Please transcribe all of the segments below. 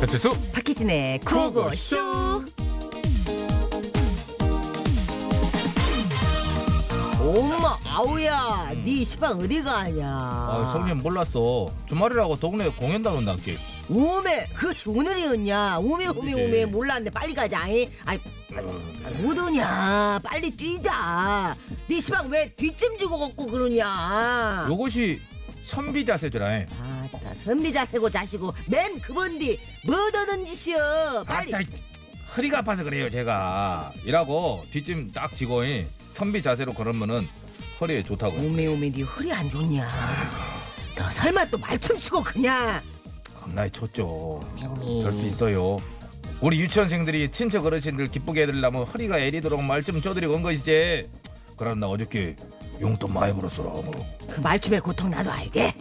배칠수 박희진의 구호쇼. 엄마 아우야, 네 시방 어디 가냐? 아, 성님 몰랐어 주말이라고 동네에 공연 다룬다 할게 오메, 그 오늘이었냐? 오메 오메 그치. 오메 몰랐는데 빨리 가자. 아이, 아이, 아, 못 오냐? 빨리 뛰자. 네 시방 왜 뒷짐 지고 걷고 그러냐? 요것이 선비 자세잖아 아따 선비 자세고 자시고 맴 그번디 뭐 더는 짓이여 빨리 아따, 허리가 아파서 그래요 제가 이라고 뒷짐 딱 지고 이 선비 자세로 걸으면은 허리에 좋다고 오메 오메 네 허리 안 좋냐 너 설마 또 말춤 추고 그 그냥 겁나게 쳤죠 오메 별 수 있어요 우리 유치원생들이 친척 어르신들 기쁘게 해드리려면 허리가 애리도록 말 좀 쳐드리고 온 것이지 그럼 나 어저께 용돈 많이 벌었어라 어머. 그 말춤의 고통 나도 알지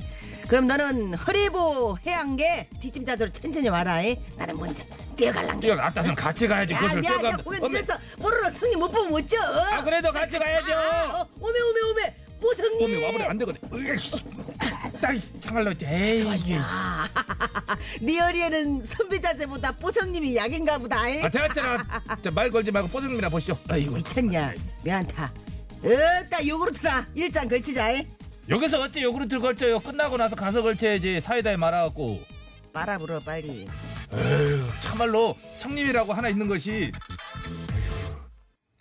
그럼 너는 허리보 해안게 뒷짐 자세로 천천히 와라 이. 나는 먼저 뛰어갈란게 뛰어 갔다 좀 같이 가야지 야, 그것을 야, 야, 뛰어가면 고개 어메. 들렸어. 모르러 성님못 보면 어쩌? 아 그래도 같이 가야죠 아, 어, 오메, 오메, 오메. 몸이 보성님. 와버려 안 되거든. 딸이 참말로 에이 이게. 아, 네 허리에는 선비 자세보다 보성님이 약인가 보다. 이. 아 대학자라. 자말 걸지 말고 뽀송이나 보시죠. 아이고 미쳤냐? 어, 미안타. 으따 요구르트라 일장 걸치자. 이. 여기서 어째 요구르트 걸쳐요. 끝나고 나서 가서 걸쳐야지 사이다에 말아갖고. 빨아 불어 빨리. 참말로 청님이라고 하나 있는 것이.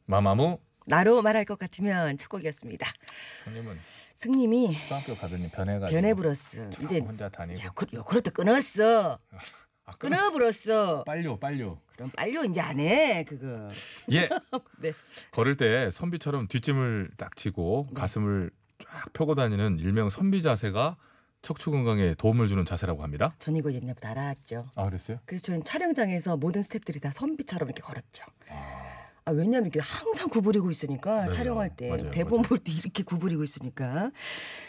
마마무 나로 말할 것 같으면 첫 곡이었습니다. 청님은 승님이 중학교 가더니 변해가지고. 변해 불었어. 자꾸 이제 혼자 다니고. 야, 그, 요구르트 끊었어. 아, 끊- 끊어 불었어. 빨려 빨려. 그럼 빨리 이제 안 해. 그거. 예. 네. 걸을 때 선비처럼 뒷짐을 딱 치고 네. 가슴을 쫙 펴고 다니는 일명 선비 자세가 척추 건강에 도움을 주는 자세라고 합니다. 전 이거 옛날부터 알았죠. 아 그랬어요? 그래서 저는 촬영장에서 모든 스태프들이 다 선비처럼 이렇게 걸었죠. 아, 왜냐면 이게 항상 구부리고 있으니까 네, 촬영할 때 맞아요, 대본 맞아요. 볼 때 이렇게 구부리고 있으니까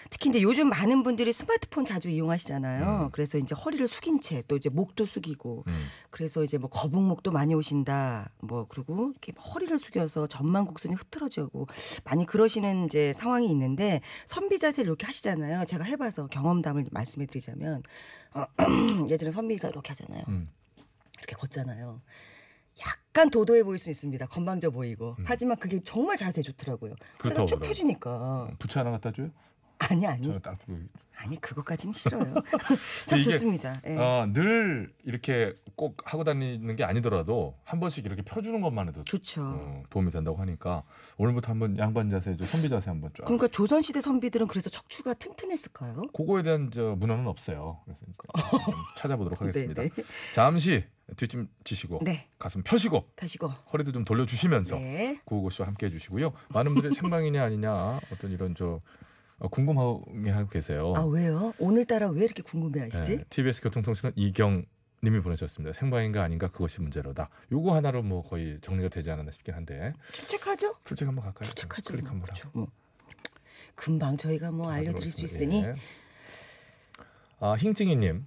특히 이제 요즘 많은 분들이 스마트폰 자주 이용하시잖아요. 그래서 이제 허리를 숙인 채 또 이제 목도 숙이고 음. 그래서 이제 뭐 거북목도 많이 오신다. 뭐 그리고 이렇게 허리를 숙여서 전만 곡선이 흐트러지고 많이 그러시는 이제 상황이 있는데 선비 자세를 이렇게 하시잖아요. 제가 해봐서 경험담을 말씀해드리자면 어, 예전에 선비가 이렇게 하잖아요. 음. 이렇게 걷잖아요. 약간 도도해 보일 수 있습니다. 건방져 보이고. 하지만 그게 정말 자세히 좋더라고요. 음. 그렇다고 그래서 쭉 그래요. 펴주니까. 어, 부채 하나 갖다 줘요? 아니 아니 저는 딱 들고. 아니 그것까지는 싫어요. 참 이게- 좋습니다. 예. 아, 늘 이렇게 꼭 하고 다니는 게 아니더라도 한 번씩 이렇게 펴주는 것만 해도 좋죠. 어, 도움이 된다고 하니까 오늘부터 한번 양반 자세, 저 선비 자세 한번 쫙. 그러니까 조선시대 선비들은 그래서 척추가 튼튼했을까요? 그거에 대한 저 문헌은 없어요. 그래서 이제 좀 찾아보도록 하겠습니다. 네, 네. 잠시 뒷짐 지시고 네. 가슴 펴시고 다시고. 허리도 좀 돌려주시면서 네. 구호고쇼와 함께 해주시고요. 많은 분들이 생방이냐 아니냐 어떤 이런 저 어, 궁금하게 하고 계세요. 아 왜요? 오늘따라 왜 이렇게 궁금해하시지? 어. 네, TBS 교통통신원 이경 님이 보내셨습니다. 생방인가 아닌가 그것이 문제로다. 요거 하나로 뭐 거의 정리가 되지 않았나 싶긴 한데 출첵하죠? 출첵 한번 갈까요? 출첵하죠. 네, 클릭 한번 하고 그렇죠. 뭐. 금방 저희가 뭐 알려드릴 수 있으니 하도록 하겠습니다. 예. 아 힝찡이님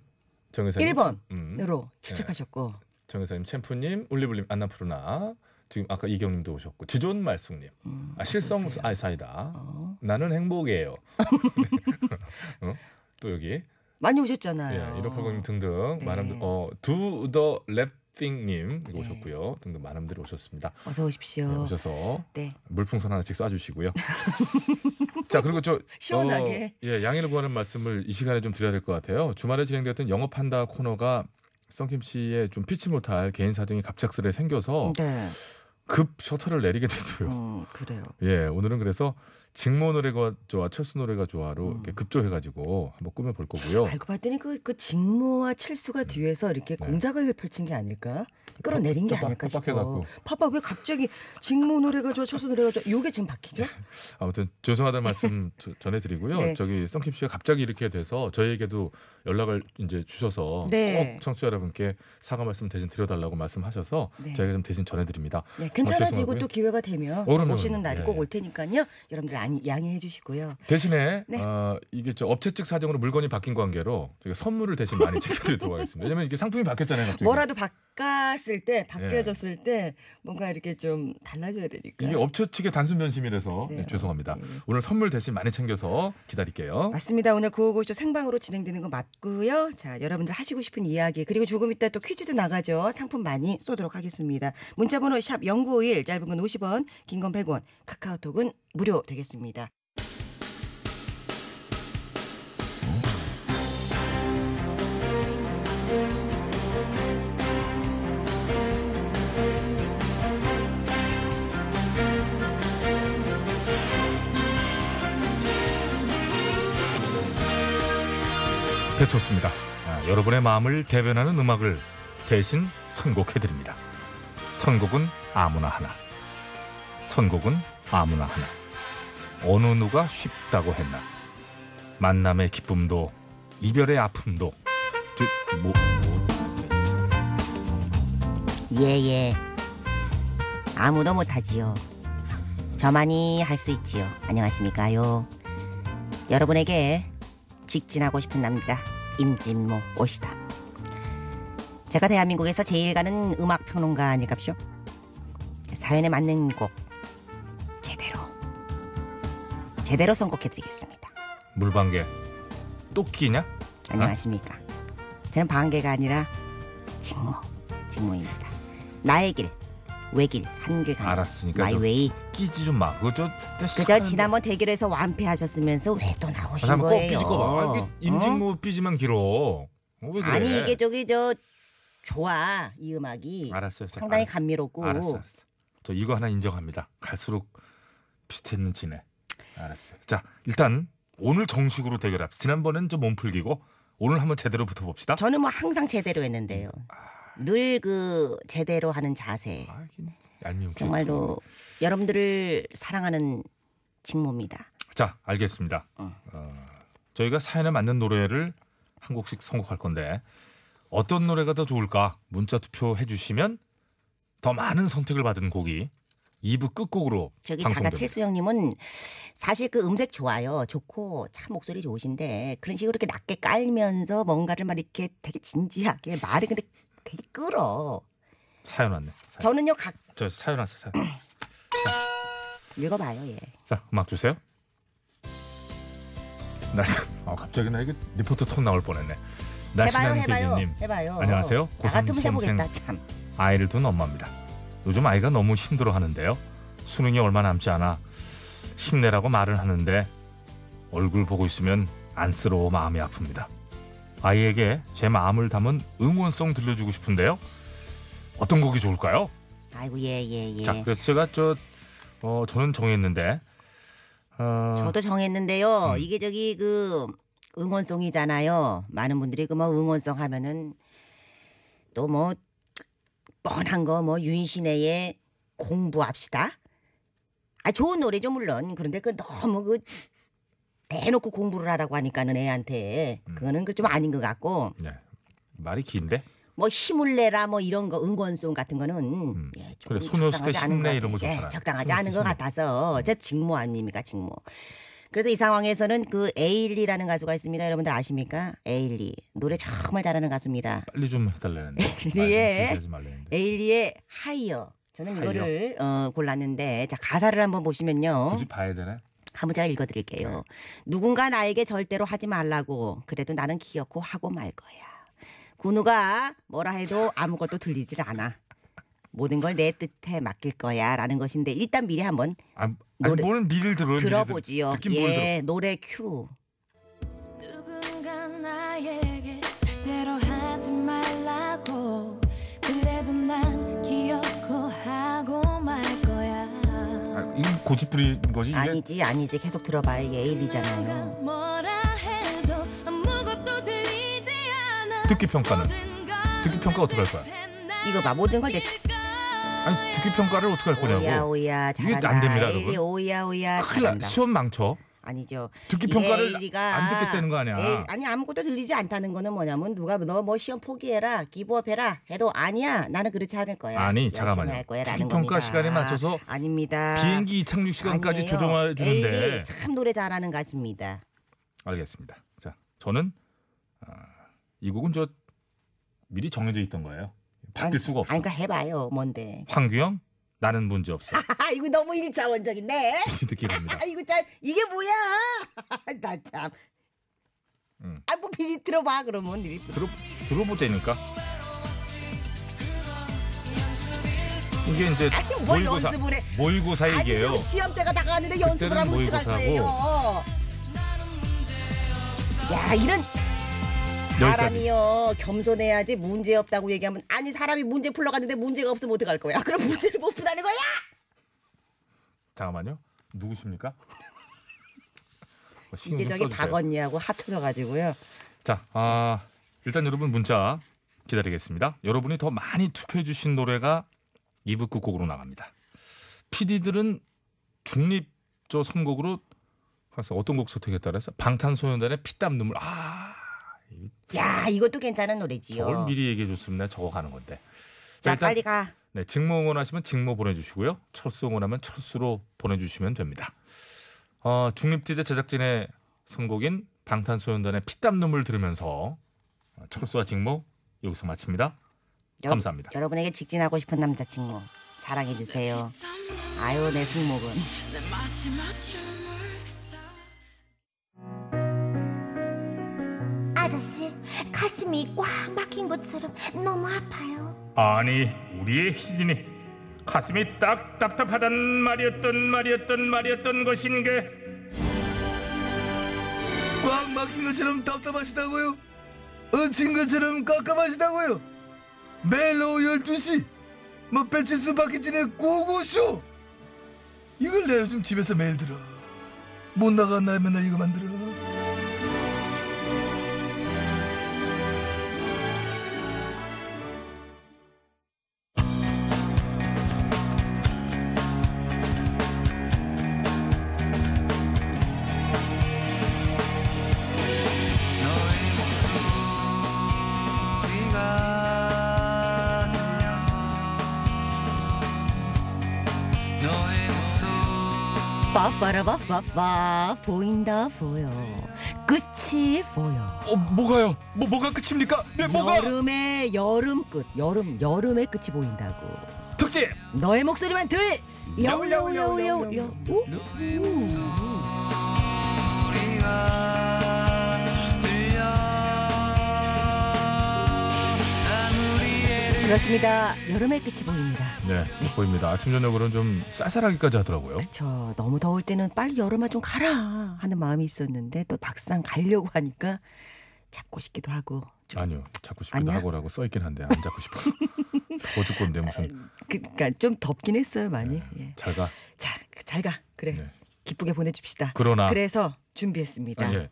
정혜사님 일 번으로 네. 음, 예. 추측하셨고 정혜사님 챔프님 올리블님 안나푸르나 지금 아까 이경님도 오셨고 지존 말숙님 음, 아, 실성 어서 오세요. 아 사이다 어. 나는 행복이에요. 어? 또 여기 많이 예, 오셨잖아요. 1580님 등등 네. 많은 분- 어 두더 랩띵님 네. 오셨고요 등등 많은 분들이 오셨습니다. 어서 네, 오십시오. 오셔서 네. 물풍선 하나씩 쏴주시고요. 자 그리고 저 시원하게. 어, 예 양해를 구하는 말씀을 이 시간에 좀 드려야 될 것 같아요. 주말에 진행됐던 영업한다 코너가 썬킴 씨의 좀 피치 못할 개인 사정이 갑작스레 생겨서 네. 급 셔터를 내리게 됐어요. 음, 그래요. 예, 오늘은 그래서 직모 노래가 좋아, 철수 노래가 좋아로 음. 이렇게 급조해가지고 한번 꾸며볼 거고요. 알고 봤더니 그, 그 직모와 칠수가 뒤에서 이렇게 어. 네. 공작을 펼친 게 아닐까? 끌어내린 게 협박- 아닐까 싶어. 협박해갖고. 봐봐 왜 갑자기 직모 노래가 좋아 철수 노래가 좋아 요게 지금 바뀌죠? 아무튼 죄송하다는 말씀 저- 전해드리고요. 네. 저기 썬킴 씨가 갑자기 이렇게 돼서 저희에게도 연락을 이제 주셔서 네. 꼭 청취자 여러분께 사과 말씀 대신 드려달라고 말씀하셔서 네. 저희가 좀 대신 전해드립니다. 네, 괜찮아지고 죄송하고요. 또 기회가 되면 어, 그럼요, 그럼요. 오시는 날이 예, 꼭 예. 올 테니까요. 여러분들 안- 양해해 주시고요. 대신에 네. 어, 이게 저 업체 측 사정으로 물건이 바뀐 관계로 저희가 선물을 대신 많이 챙겨드리도록 하겠습니다. 왜냐면 이게 상품이 바뀌었잖아요, 갑자기. 뭐라도 바꿨을 때 바뀌어졌을 때 뭔가 이렇게 좀 달라져야 되니까. 예. 이게 어- 업체 측의 단순 변심이라서 네, 그래요. 죄송합니다. 네. 오늘 선물 대신 많이 챙겨서 기다릴게요. 맞습니다. 오늘 구호고쇼 생방으로 진행되는 거 맞고요. 자, 여러분들 하시고 싶은 이야기 그리고 조금 이따 또 퀴즈도 나가죠. 상품 많이 쏘도록 하겠습니다. 문자번호 샵 #0951 짧은 건 50원, 긴 건 100원, 카카오톡은 무료 되겠습니다. 배쳤습니다. 아, 여러분의 마음을 대변하는 음악을 대신 선곡해드립니다. 선곡은 아무나 하나. 선곡은 아무나 하나. 어느 누가 쉽다고 했나. 만남의 기쁨도 이별의 아픔도 저, 뭐, 뭐. 예예. 아무도 못하지요. 저만이 할 수 있지요. 안녕하십니까요. 여러분에게 직진하고 싶은 남자 임진모 옷이다. 제가 대한민국에서 제일 가는 음악 평론가 아닐까쇼? 사연에 맞는 곡 제대로 제대로 선곡해드리겠습니다. 물방개 또 끼냐? 안녕하십니까. 저는 방개가 아니라 직무, 직무입니다. 나의 길, 외길, 한길가. 알았으니까 좀 마이웨이. 끼지 좀 마. 그거 저뭐 그저 지난번 대결에서 완패하셨으면서 왜 또 나오신 한번 꼭 거예요? 삐지고 봐. 아, 이게 어? 임진모 삐지만 길어. 왜 그래? 아니 이게 저기 저 좋아 이 음악이 알았어요. 알았어. 상당히 알았어. 감미롭고 알았어, 알았어. 저 이거 하나 인정합니다. 갈수록 비슷했는 지네. 알았어요. 자, 일단 오늘 정식으로 대결합시다. 지난번엔 좀 몸풀기고 오늘 한번 제대로 붙어봅시다. 저는 뭐 항상 제대로 했는데요. 늘 그 제대로 하는 자세. 아, 이게 얄미운 정말로 여러분들을 사랑하는 직모입니다. 캐릭터. 자, 알겠습니다. 응. 어, 저희가 사연에 맞는 노래를 한 곡씩 선곡할 건데 어떤 노래가 더 좋을까 문자 투표해 주시면 더 많은 선택을 받은 곡이 2부 끝곡으로 저기 방송됩니다. 자가칠수 형님은 사실 그 음색 좋아요. 좋고 참 목소리 좋으신데 그런 식으로 이렇게 낮게 깔면서 뭔가를 막 이렇게 되게 진지하게 말을 근데 되게 끌어. 사연 왔네. 사연. 저는요 각 저 사연 왔어 사연. 읽어봐요. 예. 자 음악 주세요. 날씨. 아 갑자기 나 이게 리포트 톤 나올 뻔했네. 해봐요, 날씬한 해봐요, 개기님 해봐요. 안녕하세요. 나 고삼 같으면 수험생 해보겠다. 참. 아이를 둔 엄마입니다. 요즘 아이가 너무 힘들어하는데요. 수능이 얼마 남지 않아 힘내라고 말은 하는데 얼굴 보고 있으면 안쓰러워 마음이 아픕니다. 아이에게 제 마음을 담은 응원송 들려주고 싶은데요. 어떤 곡이 좋을까요? 아이고 예예 예. 자 그래서 제가 저 어, 저는 정했는데 어, 저도 정했는데요. 이게 저기 그 응원송이잖아요. 많은 분들이 그 뭐 응원송 하면은 또 뭐 뻔한 거 뭐 윤신혜의 공부합시다. 아 좋은 노래죠 물론. 그런데 그 너무 그 대놓고 공부를 하라고 하니까는 애한테 그거는 그 좀 아닌 것 같고 네. 말이 긴데 뭐 힘을 내라 뭐 이런 거 응원송 같은 거는 예, 조금 음. 그래, 소녀시대 적당하지 않은 힘내 것 이런 거 같아요. 좋잖아요. 예, 적당하지 소녀시대 않은 것 힘내. 음. 같아서 제 직모 아닙니까 직모. 그래서 이 상황에서는 그 에일리라는 가수가 있습니다. 여러분들 아십니까? 에일리 노래 정말 잘하는 가수입니다. 빨리 좀 해달라는데 예. 하지 말라는데 에일리의 하이어. 저는 하이어. 이거를 어, 골랐는데 자 가사를 한번 보시면요. 굳이 봐야 되나? 한번 제가 네. 읽어드릴게요. 누군가 나에게 절대로 하지 말라고 그래도 나는 기어코 하고 말 거야. 군우가 뭐라 해도 아무것도 들리질 않아. 모든 걸 내 뜻에 맡길 거야라는 것인데 일단 미리 한번 아, 아니 노래. 뭘 미를 들어요? 미를 들어. 들어보지요. 듣긴 뭘 들어? 예, 노래 큐. 누군가 나에게 절대로 하지 말라고 그래도 난 기억고 하고 말 거야 아, 이건 고집부린 거지. 이게? 아니지 아니지 계속 들어봐요. 예, 내가 일이잖아요. 뭐라 해도 아무것도 들리지 않아 듣기 평가는 모든 건 듣기 평가 어떻게 할 거야? 이거 봐, 모든 걸내 아니 듣기 평가를 어떻게 할 오야 거냐고. 오야 이게 안 잘한다. 됩니다, 에일리 여러분. 오야 오야 큰일 나 잘한다. 시험 망쳐. 아 아니죠. 듣기 예, 평가를 이리가. 안 듣겠다는 거 아니야. 예, 아니 아무것도 들리지 않다는 거는 뭐냐면 누가 너 뭐 시험 포기해라 기부업해라 해도 아니야 나는 그렇지 않을 거야. 아니, 열심히 잠깐만요. 할 거야라는 듣기 평가 겁니다. 시간에 맞춰서 아닙니다. 비행기 착륙 시간까지 아니에요. 조정해 주는데 에이, 참 노래 잘하는 가수입니다. 알겠습니다. 자, 저는 아, 이 곡은 저 미리 정해져 있던 거예요. 바뀔 아니, 수가 없어. 아니, 그러니까 해봐요 뭔데. 황규영 나는 문제 없어. 아 이거 너무 일차원적인데. 미리 듣게 됩니다. 아 이거 참 이게 뭐야? 나 참. 음. 아 뭐 비리 들어봐 그러면 이 들어 들어보자니까. 이게 이제 아니, 뭘 모의고사 연습을 해. 모의고사 얘기예요. 아니 시험 때가 다가왔는데 연습을 하면 그때는 어떡할 거예요? 모의고사하고. 야 이런 여기까지. 사람이요 겸손해야지 문제 없다고 얘기하면 아니 사람이 문제 풀러갔는데 문제가 없으면 어떡할 거야? 그럼 문제를 못 푸다는 거야? 잠깐만요. 누구십니까? 뭐 신경 이게 좀 저기 음, 써주세요. 박언니하고 합쳐져 가지고요. 자, 아, 일단 여러분 문자 기다리겠습니다. 여러분이 더 많이 투표해 주신 노래가 2부 끝곡으로 나갑니다. PD들은 중립 저 선곡으로 그래서 어떤 곡 선택했다 그래서 방탄소년단의 피땀 눈물 아 야 이것도 괜찮은 노래지요. 저걸 미리 얘기해 줬으면 내가 저거 가는 건데 자 일단 빨리 가. 네, 직모 응원하시면 직모 보내주시고요. 철수 응원하면 철수로 보내주시면 됩니다. 어, 중립디제 제작진의 선곡인 방탄소년단의 피땀 눈물 들으면서 어, 철수와 직모 여기서 마칩니다. 여- 감사합니다. 여러분에게 직진하고 싶은 남자친구 사랑해 주세요. 아유 내 승목은. 내 마지막 춤을 아저씨 가슴이 꽉 막힌 것처럼 너무 아파요. 아니 우리의 희진이 가슴이 딱 답답하단 말이었던 말이었던 말이었던 것인게 꽉 막힌 것처럼 답답하시다고요? 얹힌 것처럼 깝깝하시다고요? 매일 오후 12시 뭐 배치수 박희진의 고고쇼 이걸 내가 요즘 집에서 매일 들어 못 나갔나 맨날 이거 만들어 빠빠라바빠빠 보인다 보여 끝이 보여 어 뭐가요? 뭐 뭐가 끝입니까? 예, 네 뭐가 여름의 여름 끝 여름 여름의 끝이 보인다고 특집 너의 목소리만 들 여울려 울려 울려 울려 우? 우. 그렇습니다 여름의 끝이 보입니다 네 보입니다. 아침 저녁으로는 좀 쌀쌀하기까지 하더라고요. 그렇죠. 너무 더울 때는 빨리 여름아 좀 가라 하는 마음이 있었는데 또 막상 가려고 하니까 잡고 싶기도 하고 좀 아니요 잡고 싶기도 아니야? 하고라고 써 있긴 한데 안 잡고 싶어. 더워 죽건데 무슨 그러니까 좀 덥긴 했어요 많이. 예. 잘가. 자, 잘 가. 그래. 네. 기쁘게 보내줍시다. 그러나 그래서 준비했습니다. 아, 예. 음.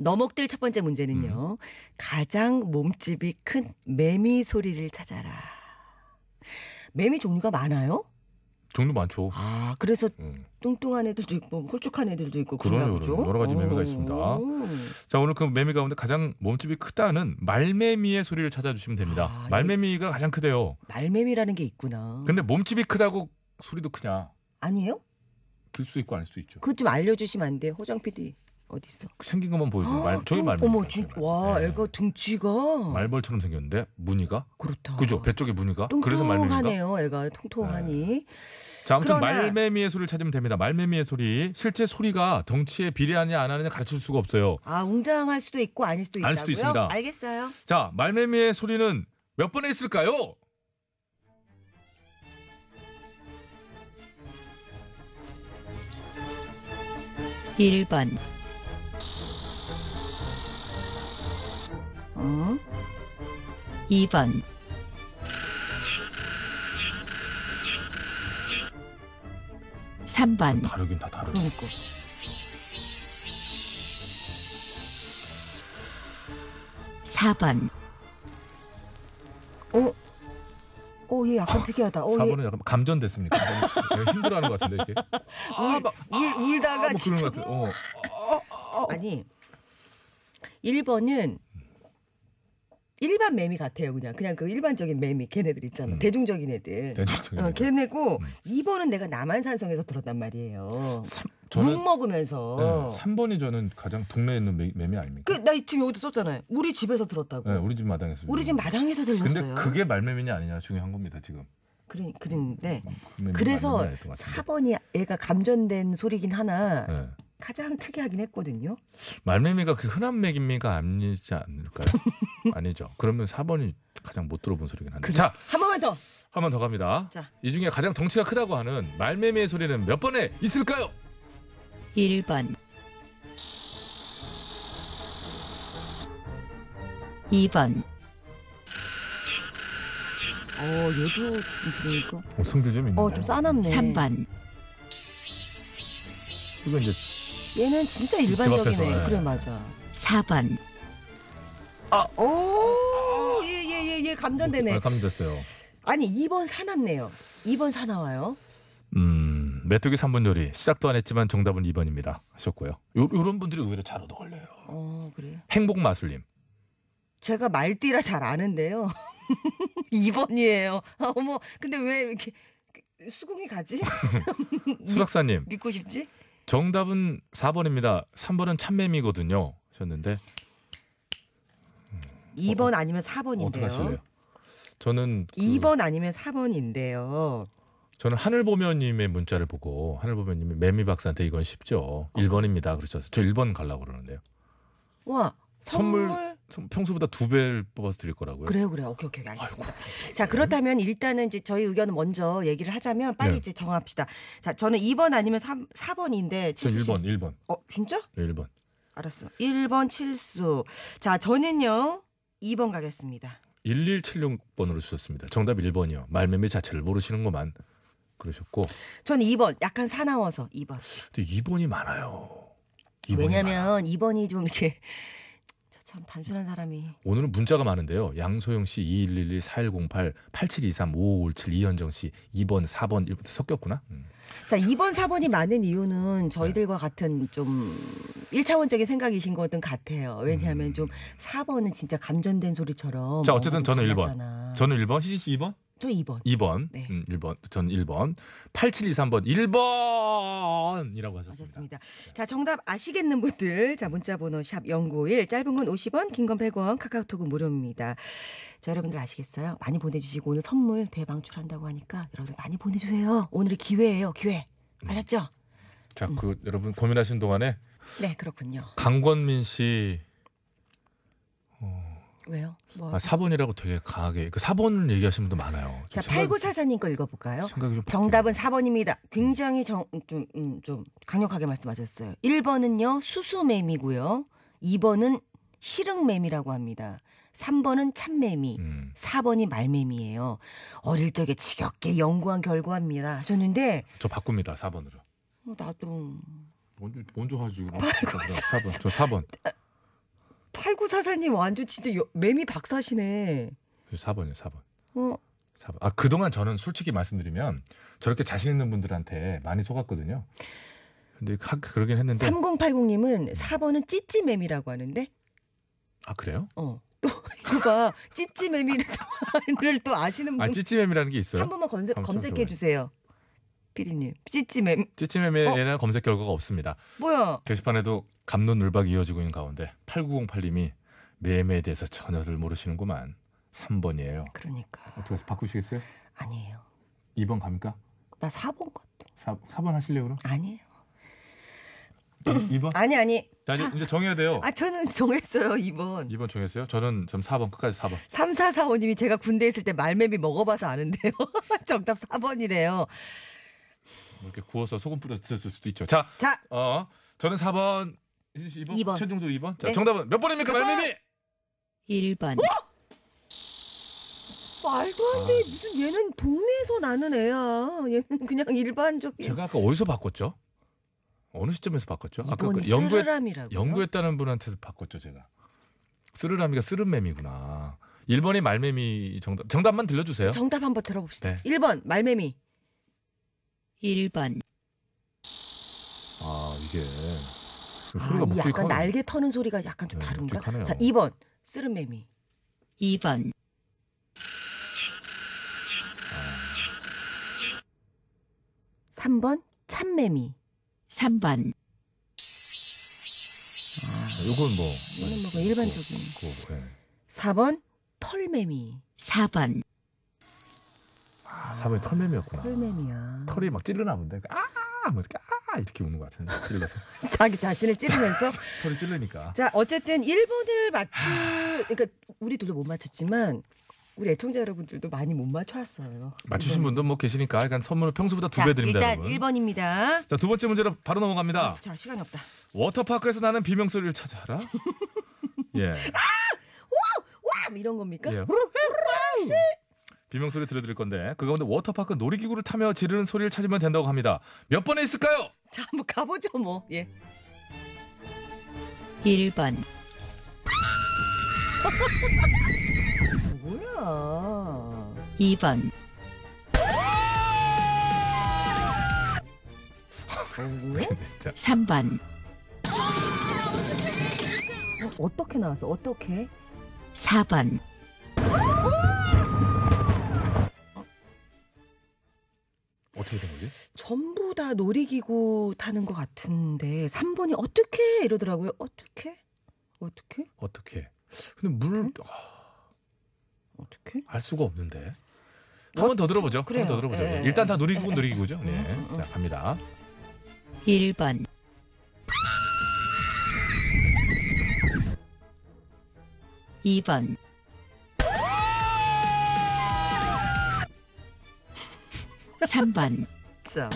너목들 첫 번째 문제는요. 가장 몸집이 큰 매미 소리를 찾아라. 매미 종류가 많아요? 종류 많죠. 아, 그래서 음. 뚱뚱한 애들도 있고 홀쭉한 애들도 있고 그러나 그럼요, 보죠? 어. 그럼요. 여러 가지 매미가 오. 있습니다. 자 오늘 그 매미 가운데 가장 몸집이 크다는 말매미의 소리를 찾아주시면 됩니다. 아, 말매미가 가장 크대요. 말매미라는 게 있구나. 근데 몸집이 크다고 소리도 크냐? 아니에요? 클 수도 있고 아닐 수도 있죠. 그거 좀 알려주시면 안 돼요? 호정 PD 어디 있어? 생긴 것만 보여줘요. 아, 말, 저게 어, 말매미. 예. 네. 어머, 진, 와, 애가 등치가 말벌처럼 생겼는데 무늬가 그렇다. 그죠? 배 쪽에 무늬가 아, 그래서 말매미인가? 아. 네. 뚱뚱하네요. 애가 통통하니. 자, 아무튼 그러나- 말매미의 소리를 찾으면 됩니다. 말매미의 소리. 실제 소리가 덩치에 비례하냐 안 하느냐 가르칠 수가 없어요. 아, 웅장할 수도 있고 아닐 수도 있다고요? 알 수도 있습니다. 알겠어요. 자, 말매미의 소리는 몇 번에 있을까요? 응? 어? 2번, 삼번 다르긴 다 다르. 그러니까. 사번 어, 예. 오, 얘 약간 특이하다. 오, 얘 4번은 약간 감전됐습니까? 너무 힘들어하는 것 같은데 이렇게. 아, 막, 울, 울다가 아, 뭐 그런 진짜 것 어, 같아. 어. 아니 1번은 일반 매미 같아요 그냥 그냥 그 일반적인 매미 걔네들 있잖아 음. 대중적인 애들 대중적인. 어, 거. 걔네고 음. 2번은 내가 남한산성에서 들었단 말이에요 삼- 물 저는 네, 먹으면서 3번이 저는 가장 동네에 있는 매- 매미 아닙니까? 그 나 지금 여기도 썼잖아요 우리 집에서 들었다고 네, 우리 집 마당에서. 그 우리 집 마당에서 근데 들렸어요 그게 말매미냐 아니냐 중요한 겁니다 지금. 그래, 그랬는데 그 매미는 그래서 말매미는 아닐 것 같은데. 4번이 얘가 감전된 소리긴 하나 네. 가장 특이하긴 했거든요 말매미가 그 흔한 매기미가 아니지 않을까요? 아니죠. 그러면 4번이 가장 못 들어본 소리긴 한데. 자, 한 번만 더 한 번 더 갑니다. 자. 이 중에 가장 덩치가 크다고 하는 말매미의 소리는 몇 번에 있을까요? 1번 2번 어, 얘도 그러니까. 어, 성질 좀 있네. 어, 좀 싸납네. 3번 이거 이제 얘는 진짜 집 일반적이네. 앞에서, 예. 그래 맞아. 4번 오예예예예 감전되네 아, 감됐어요. 아니 2번 사납네요. 2번 사나와요. 음, 메뚜기 3분 요리 시작도 안 했지만 정답은 2번입니다. 하셨고요. 요, 요런 분들이 의외로 잘 얻어 걸려요. 어 그래요. 행복 마술님. 제가 말띠라 잘 아는데요. 2번이에요. 아, 어머 근데 왜 이렇게 수긍이 가지? 음. 수락사님. 믿고 싶지? 어, 정답은 4번입니다. 3번은 참매미거든요. 하셨는데 2번 아니면 어떻게 4번인데요. 하실래요? 저는 그- 2번 아니면 4번인데요. 저는 하늘보면님의 문자를 보고 하늘보면님이 매미 박사한테 이건 쉽죠. 1번입니다. 그러셨어요. 저 1번 가려고 그러는데요. 와 선물- 선물. 네. 선- 평소보다 두 배를 뽑아서 드릴 거라고요. 그래요, 그래요. 오케이, 오케이, 오케이, 알겠습니다. 자, 그렇다면 일단은 이제 저희 의견을 먼저 얘기를 하자면 빨리 네. 이제 정합시다. 자, 저는 2번 아니면 3, 4번인데. 저 1번, 1번. 어, 진짜? 네, 1번. 알았어. 1번 칠수. 자, 저는요. 2번 가겠습니다. 1176번으로 주셨습니다. 정답 1번이요. 말매미 자체를 모르시는구만. 그러셨고. 전 2번. 약간 사나워서 2번. 근데 2번이 많아요. 2번이 많아. 왜냐면 2번이 좀 이렇게 저처럼 단순한 사람이 오늘은 문자가 많은데요. 양소영 씨 2111, 4108, 8723, 5557, 이현정 씨 2번, 4번 이렇게 섞였구나. 음. 자, 2번, 4번이 많은 이유는 네. 저희들과 같은 좀 1차원적인 생각이신 거든 같아요. 왜냐하면 좀 4번은 진짜 감전된 소리처럼. 음. 자, 어쨌든 저는 아. 일 1번. 저는 1번, 희진 씨 2번? 저 2번. 2번. 네. 음, 1번. 전 1번. 8723번. 1번이라고 하셨습니다. 맞았습니다. 자, 정답 아시겠는 분들. 자, 문자 번호 샵 0951. 짧은 건 50원, 긴 건 100원. 카카오톡은 무료입니다. 자, 여러분들 아시겠어요? 많이 보내 주시고 오늘 선물 대방출한다고 하니까 여러분들 많이 보내 주세요. 오늘의 기회예요, 기회. 아셨죠? 자, 그 여러분 고민하시는 동안에 네, 그렇군요. 강권민 씨 왜요? 뭐 아, 4번이라고 되게 강하게 그 4번을 얘기하시는 분도 많아요. 자, 좀 생각- 8944님 거 읽어 볼까요? 생각이 좀 바뀌어요. 정답은 4번입니다. 굉장히 정, 좀, 음, 좀 강력하게 말씀하셨어요. 1번은요, 수수매미고요. 2번은 시릉매미라고 합니다. 3번은 참매미. 음. 4번이 말매미예요. 어릴 적에 지겹게 연구한 결과입니다. 하셨는데 저 바꿉니다. 4번으로. 어, 나도 먼저 먼저 하지. 4번. 저 4번. 8944님 완전 진짜 여- 매미 박사시네. 4번이요. 4번. 어, 4번. 아, 그동안 저는 솔직히 말씀드리면 저렇게 자신 있는 분들한테 많이 속았거든요. 근데 하, 그러긴 했는데 3080님은 4번은 찌찌매미라고 하는데 아, 그래요? 어. 또 이거 봐. 찌찌매미를 또- 또 아시는 아, 분 찌찌맴이라는 게 있어요? 한 번만 검색, 한번 검색해 찾아봐요. 주세요. 피디님 찌찌맨 어? 찌찌맴에는 검색 결과가 없습니다. 뭐야? 게시판에도 감론 울박이 이어지고 있는 가운데 8908님이 매매에 대해서 전혀들 모르시는구만. 3번이에요. 그러니까 어떻게 해서 바꾸시겠어요? 아니에요. 2번 갑니까? 나 4번 같아. 4, 4번 하실래요, 그럼? 아니에요. 2번? 아니 아니. 자, 이제, 이제 정해야 돼요. 아 저는 정했어요 2번. 2번 정했어요? 저는 좀 4번 끝까지 4번. 3445님이 제가 군대 있을 때 말매미 먹어봐서 아는데요. 정답 4번이래요. 이렇게 구워서 소금 뿌려서 드셨을 수도 있죠. 자, 자, 어, 저는 4번. 2번? 이번. 최종적으로 2번? 자, 네. 정답은 몇 번입니까, 몇 번? 말매미? 1번 말도 안 돼. 아. 무슨 얘는 동네에서 나는 애야. 얘는 그냥 일반적인. 제가 아까 어디서 바꿨죠? 어느 시점에서 바꿨죠? 아까 이번이 그 연구에 쓰라미라고. 연구했다는 분한테도 바꿨죠 제가. 쓰르라미가 쓰름매미구나. 1번이 말매미 정답. 정답만 들려주세요. 정답 한번 들어봅시다. 네. 1번 말매미. 1번, 아 이게 아, 소리가 이 약간 묵직하고 날개 터는 소리가 약간 좀 네, 다른가? 묵직하네요. 자, 2번 쓰름매미. 2번, 삼번 참매미. 3번, 이건 뭐 이건 뭐 그- 일반적인. 그- 그- 예. 4번 털매미. 4번, 아, 3번이 털매미였구나. 털매미야. 털이 막 찌르나 본데. 아, 뭐 이렇게 아 이렇게 우는 것 같은데 찔러서 자기 자신을 찌르면서 털이 찔르니까. 자, 어쨌든 1번을 맞추 그러니까 우리 둘도 못 맞췄지만 우리 애청자 여러분들도 많이 못 맞췄어요. 맞추신 분도 뭐 계시니까 약간 선물을 평소보다 두 네. 자, 배 드립니다. 일단 여러분. 1번입니다. 자, 두 번째 문제로 바로 넘어갑니다. 자, 시간이 없다. 워터파크에서 나는 비명 소리를 찾아라. 예. 와! 이런 겁니까? 예. 비명 소리 들려드릴 건데 그 가운데 워터파크 놀이기구를 타며 지르는 소리를 찾으면 된다고 합니다. 몇 번에 있을까요? 자, 한번 가보죠, 뭐. 예. 1번, 뭐야? 2번, 진짜. 3번, 어, 어떻게 나왔어? 어떻게? 4번, 어떻게 된 거지? 전부 다 놀이기구 타는 것 같은데 3번이 어떻게 이러더라고요. 어떻게? 어떻게? 어떻게? 근데 음? 물을 아, 어떻게? 알 수가 없는데. 한 번 더 들어보죠. 한 번 더뭐 그래요. 들어보죠. 예. 일단 다 놀이기구는 놀이기구죠. 네. 음, 음. 자, 갑니다. 1번, 이번 3번, 자,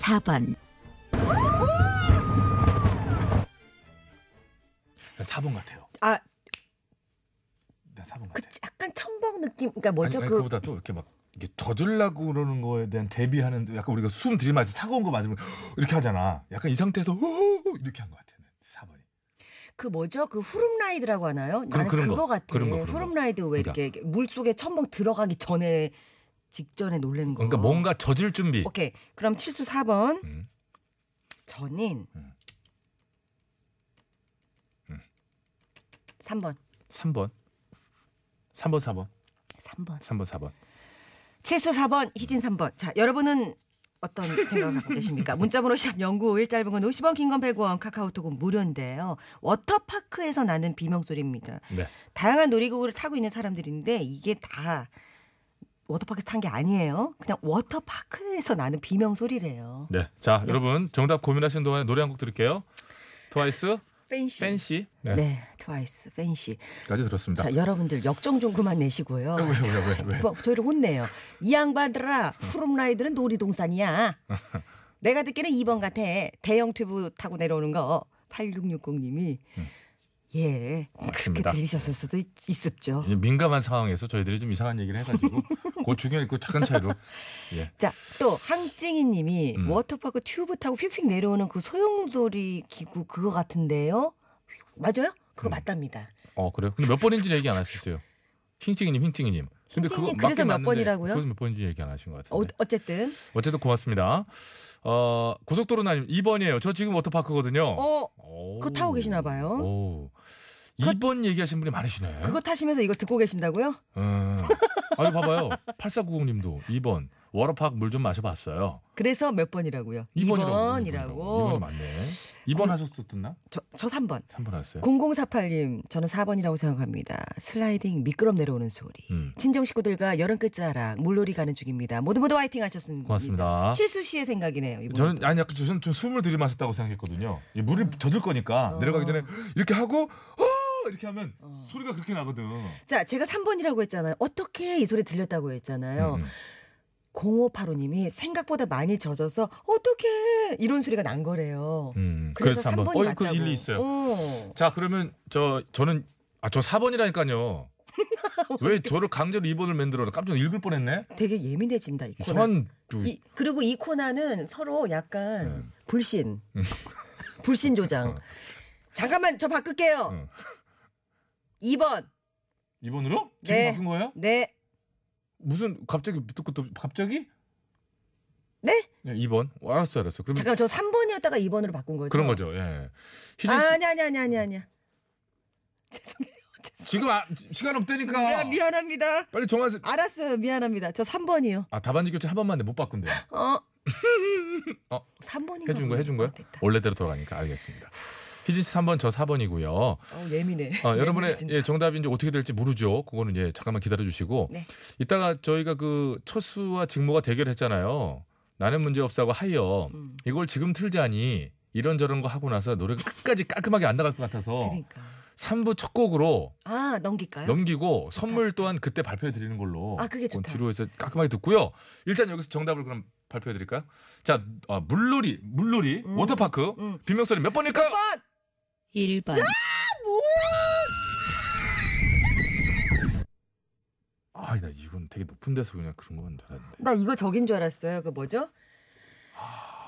4번, 4번 네, 같아요. 아, 네, 4번 그 같아요. 약간 첨벙 느낌. 그러니까 아니, 뭐죠? 아니 그 그보다 또 이렇게 막 이게 젖으려고 그러는 거에 대한 대비하는 약간 우리가 숨 들이마시 차가운 거 맞으면 이렇게 하잖아. 약간 이 상태에서 호호호 이렇게 한 것 같아. 4번이. 그 뭐죠? 그 후름 라이드라고 하나요? 나는 그런 그거 거, 같아. 그런 거, 그런 후름 거. 라이드 왜 그러니까. 이렇게 물 속에 첨벙 들어가기 전에 직전에 놀란 거. 그러니까 뭔가 젖을 준비. 오케이. 그럼 칠수 4번. 음. 저는 음. 음. 3번. 3번. 3번 4번. 3번. 3번 4번. 칠수 4번, 희진 3번. 자, 여러분은 어떤 생각을 갖고 계십니까? 문자번호 샵 연구 짧은 건 50원, 긴 건 100원, 카카오톡은 무료인데요. 워터파크에서 나는 비명소리입니다. 네. 다양한 놀이기구를 타고 있는 사람들인데 이게 다 워터파크에서 탄 게 아니에요. 그냥 워터파크에서 나는 비명소리래요. 네. 자, 여러분 정답 고민하시는 동안에 노래 한 곡 들을게요. 트와이스 팬시. 팬시. 네. 네. 트와이스, 팬시. 까지 들었습니다. 자, 여러분들 역정 좀 그만 내시고요. 왜, 왜, 왜, 왜? 뭐, 저희를 혼내요. 이 양반들아, 푸름라이들은 놀이동산이야. 내가 듣기는 2번 같아. 대형 튜브 타고 내려오는 거. 8660님이. 음. 예. 맞습니다. 예. 그렇게 들리셨을 수도 있, 있습죠. 이제 민감한 상황에서 저희들이 좀 이상한 얘기를 해가지고 그 중요한 그 착한 차이로 예. 자, 또 항찡이 님이 음. 워터파크 튜브 타고 휙휙 내려오는 그 소용돌이 기구 그거 같은데요? 맞아요? 음. 그거 맞답니다. 어 그래요? 근데 몇 번인지 얘기 안 하셨어요. 흰찡이님, 흰찡이님. 근데 그거 흰찡이님, 그래서 맞긴 몇 맞는데 번이라고요? 그래서 몇 번인지 얘기 안 하신 것 어, 같은데. 어쨌든 어, 쨌든 고맙습니다. 어 고속도로 나님 2번이에요. 저 지금 워터파크거든요. 어 오. 그거 타고 계시나 봐요. 그 오. 2번 얘기하신 분이 많으시네. 그거 타시면서 이걸 듣고 계신다고요? 음. 아니 봐봐요. 8490님도 2번 워터파크 물 좀 마셔봤어요. 그래서 몇 번이라고요? 2번이라고. 2번이 이라고. 그- 맞네. 2번 하셨었나? 저, 저 3번. 3번 하셨어요? 0048님, 저는 4번이라고 생각합니다. 슬라이딩 미끄럼 내려오는 소리. 음. 친정 식구들과 여름 끝자락 물놀이 가는 중입니다. 모두 모두 화이팅 하셨습니다. 고맙습니다. 칠수 씨의 생각이네요. 이번에도. 저는 아니 약간 저는 좀 숨을 들이마셨다고 생각했거든요. 이 물이 젖을 거니까 어. 내려가기 전에 이렇게 하고 어! 이렇게 하면 어. 소리가 그렇게 나거든. 자, 제가 3번이라고 했잖아요. 어떻게 이 소리 들렸다고 했잖아요. 음, 음. 0585님이 생각보다 많이 젖어서 어떻게 이런 소리가 난 거래요. 음, 그래서, 그래서 한번. 3번이 어, 맞다고. 그 일리 있어요. 어. 자 그러면 저 저는 아저 4번이라니까요. 왜 저를 강제로 2번을 만들어 깜짝 읽을 뻔했네. 되게 예민해진다 이 코너. 이상한 또 이, 그리고 이 코너는 서로 약간 음. 불신, 음. 불신 조장. 잠깐만 저 바꿀게요. 응. 2번. 2번으로? 지금 네. 바꾼 거예요? 네. 무슨 갑자기 밑도 끝도 없이- 갑자기? 네? 예, 2번. 어, 알았어, 알았어. 그럼 잠깐 저 3번이었다가 2번으로 바꾼 거죠. 그런 거죠. 예. 희진 씨 아니 아니 아니 아니 아니야. 죄송해요. 죄송해요. 지금 아, 지- 시간 없다니까. 내가 아, 미안합니다. 빨리 정하세요. 알았어요. 미안합니다. 저 3번이요. 아, 답안지 교체 한 번만 돼못 바꾼대요. 어. 어, 3번인가? 해준 거 해준 거요? 원래대로 돌아가니까 알겠습니다. 희진 씨 3번 저 4번이고요. 어, 예민해. 아, 여러분의 예민해진다. 예, 정답이 이제 어떻게 될지 모르죠. 그거는 예, 잠깐만 기다려 주시고. 네. 이따가 저희가 그 첫수와 직모가 대결했잖아요. 나는 문제 없사고 하여 음, 이걸 지금 틀자니 이런저런 거 하고 나서 노래가 끝까지 깔끔하게 안 나갈 것 같아서 그러니까. 삼 3부 첫 곡으로 아 넘길까요? 어. 넘기고 선물 또한 그때 발표해 드리는 걸로 네, 아, 그게 그건 좋다. 뒤로 해서 깔끔하게 듣고요. 일단 여기서 정답을 그럼 발표해 드릴까요? 자, 아, 물놀이, 물놀이, 음. 워터파크 음. 비명소리 몇 번일까요? 1번. 1번, 아, 나 이건 되게 높은 데서 그냥 그런 건 줄 알았는데. 나 이거 적인 줄 알았어요. 그 뭐죠?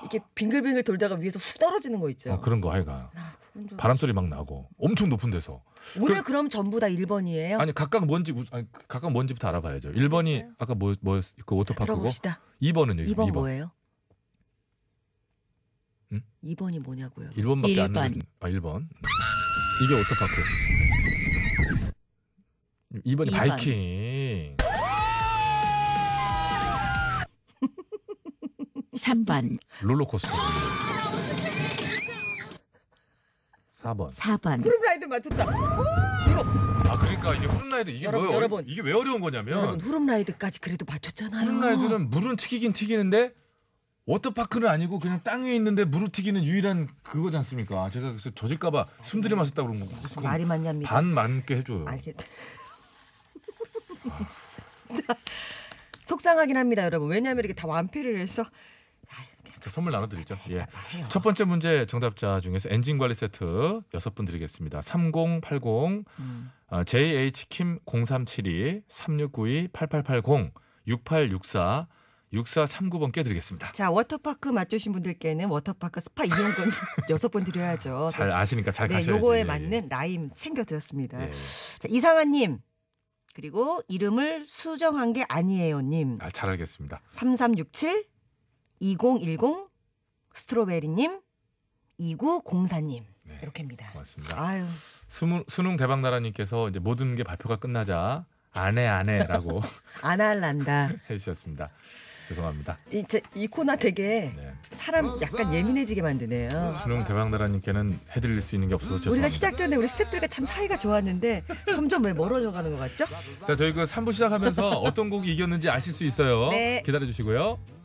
이렇게 빙글빙글 돌다가 위에서 훅 떨어지는 거 있죠. 어, 그런 거 하여간 아, 그건 좀- 바람소리 막 나고 엄청 높은 데서. 오늘 그럼 전부 다 1번이에요? 아니 각각 뭔지 우- 아니, 각각 뭔지부터 알아봐야죠. 1번이 아까 뭐 뭐였 그 워터파크고 네, 들어봅시다. 2번은요. 2번, 뭐예요? 응? 2번이 뭐냐고요? 1번밖에 안 일번. 나는 아 1번. 이게 워터파크. 2번이 이번. 바이킹. 3번, 롤러코스터. 4번. 4번, 후룸라이드 맞췄다. 아 그러니까 이게 푸른라이드 이게 여러분, 뭐예요? 여러분. 이게 왜 어려운 거냐면 여러분 후룸라이드까지 그래도 맞췄잖아요. 푸른라이드는 물은 튀기긴 튀기는데 워터파크는 아니고 그냥 땅 위에 있는데 물을 튀기는 유일한 그거지 않습니까? 제가 그래서 젖을까봐 숨들이 마셨다 그런 거. 무슨 말이 맞냐입니다. 반 맞게 해줘요. 알겠다. 자, 속상하긴 합니다, 여러분. 왜냐하면 이렇게 다 완패를 해서 아유, 그냥 자, 선물 나눠드리죠. 예. 네, 답답해요. 첫 번째 문제 정답자 중에서 엔진 관리 세트 여섯 분 드리겠습니다. 3080 음. 어, JH킴 0372 3692 8880 6864 6439번께 드리겠습니다. 자, 워터파크 맞추신 분들께는 워터파크 스파 이용권 여섯 번 드려야죠. 잘 아시니까 잘 네, 가셔야죠. 요거에 예, 예. 맞는 라임 챙겨드렸습니다. 예. 자, 이상아님 그리고 이름을 수정한 게 아니에요님 아, 잘 알겠습니다. 3367 2010 스트로베리님 2904님 네. 이렇게입니다. 고맙습니다. 아유 수능, 수능 대박 나라님께서 이제 모든 게 발표가 끝나자 안해 안해라고 안 할란다. 해주셨습니다. 죄송합니다. 이, 제, 이 코나 되게 네. 사람 약간 예민해지게 만드네요. 수능 대박 나라님께는 해드릴 수 있는 게 없어서 죄송합니다. 우리가 시작 전에 우리 스태프들과 참 사이가 좋았는데 점점 왜 멀어져 가는 것 같죠? 자, 저희 그 3부 시작하면서 어떤 곡이 이겼는지 아실 수 있어요. 네. 기다려 주시고요.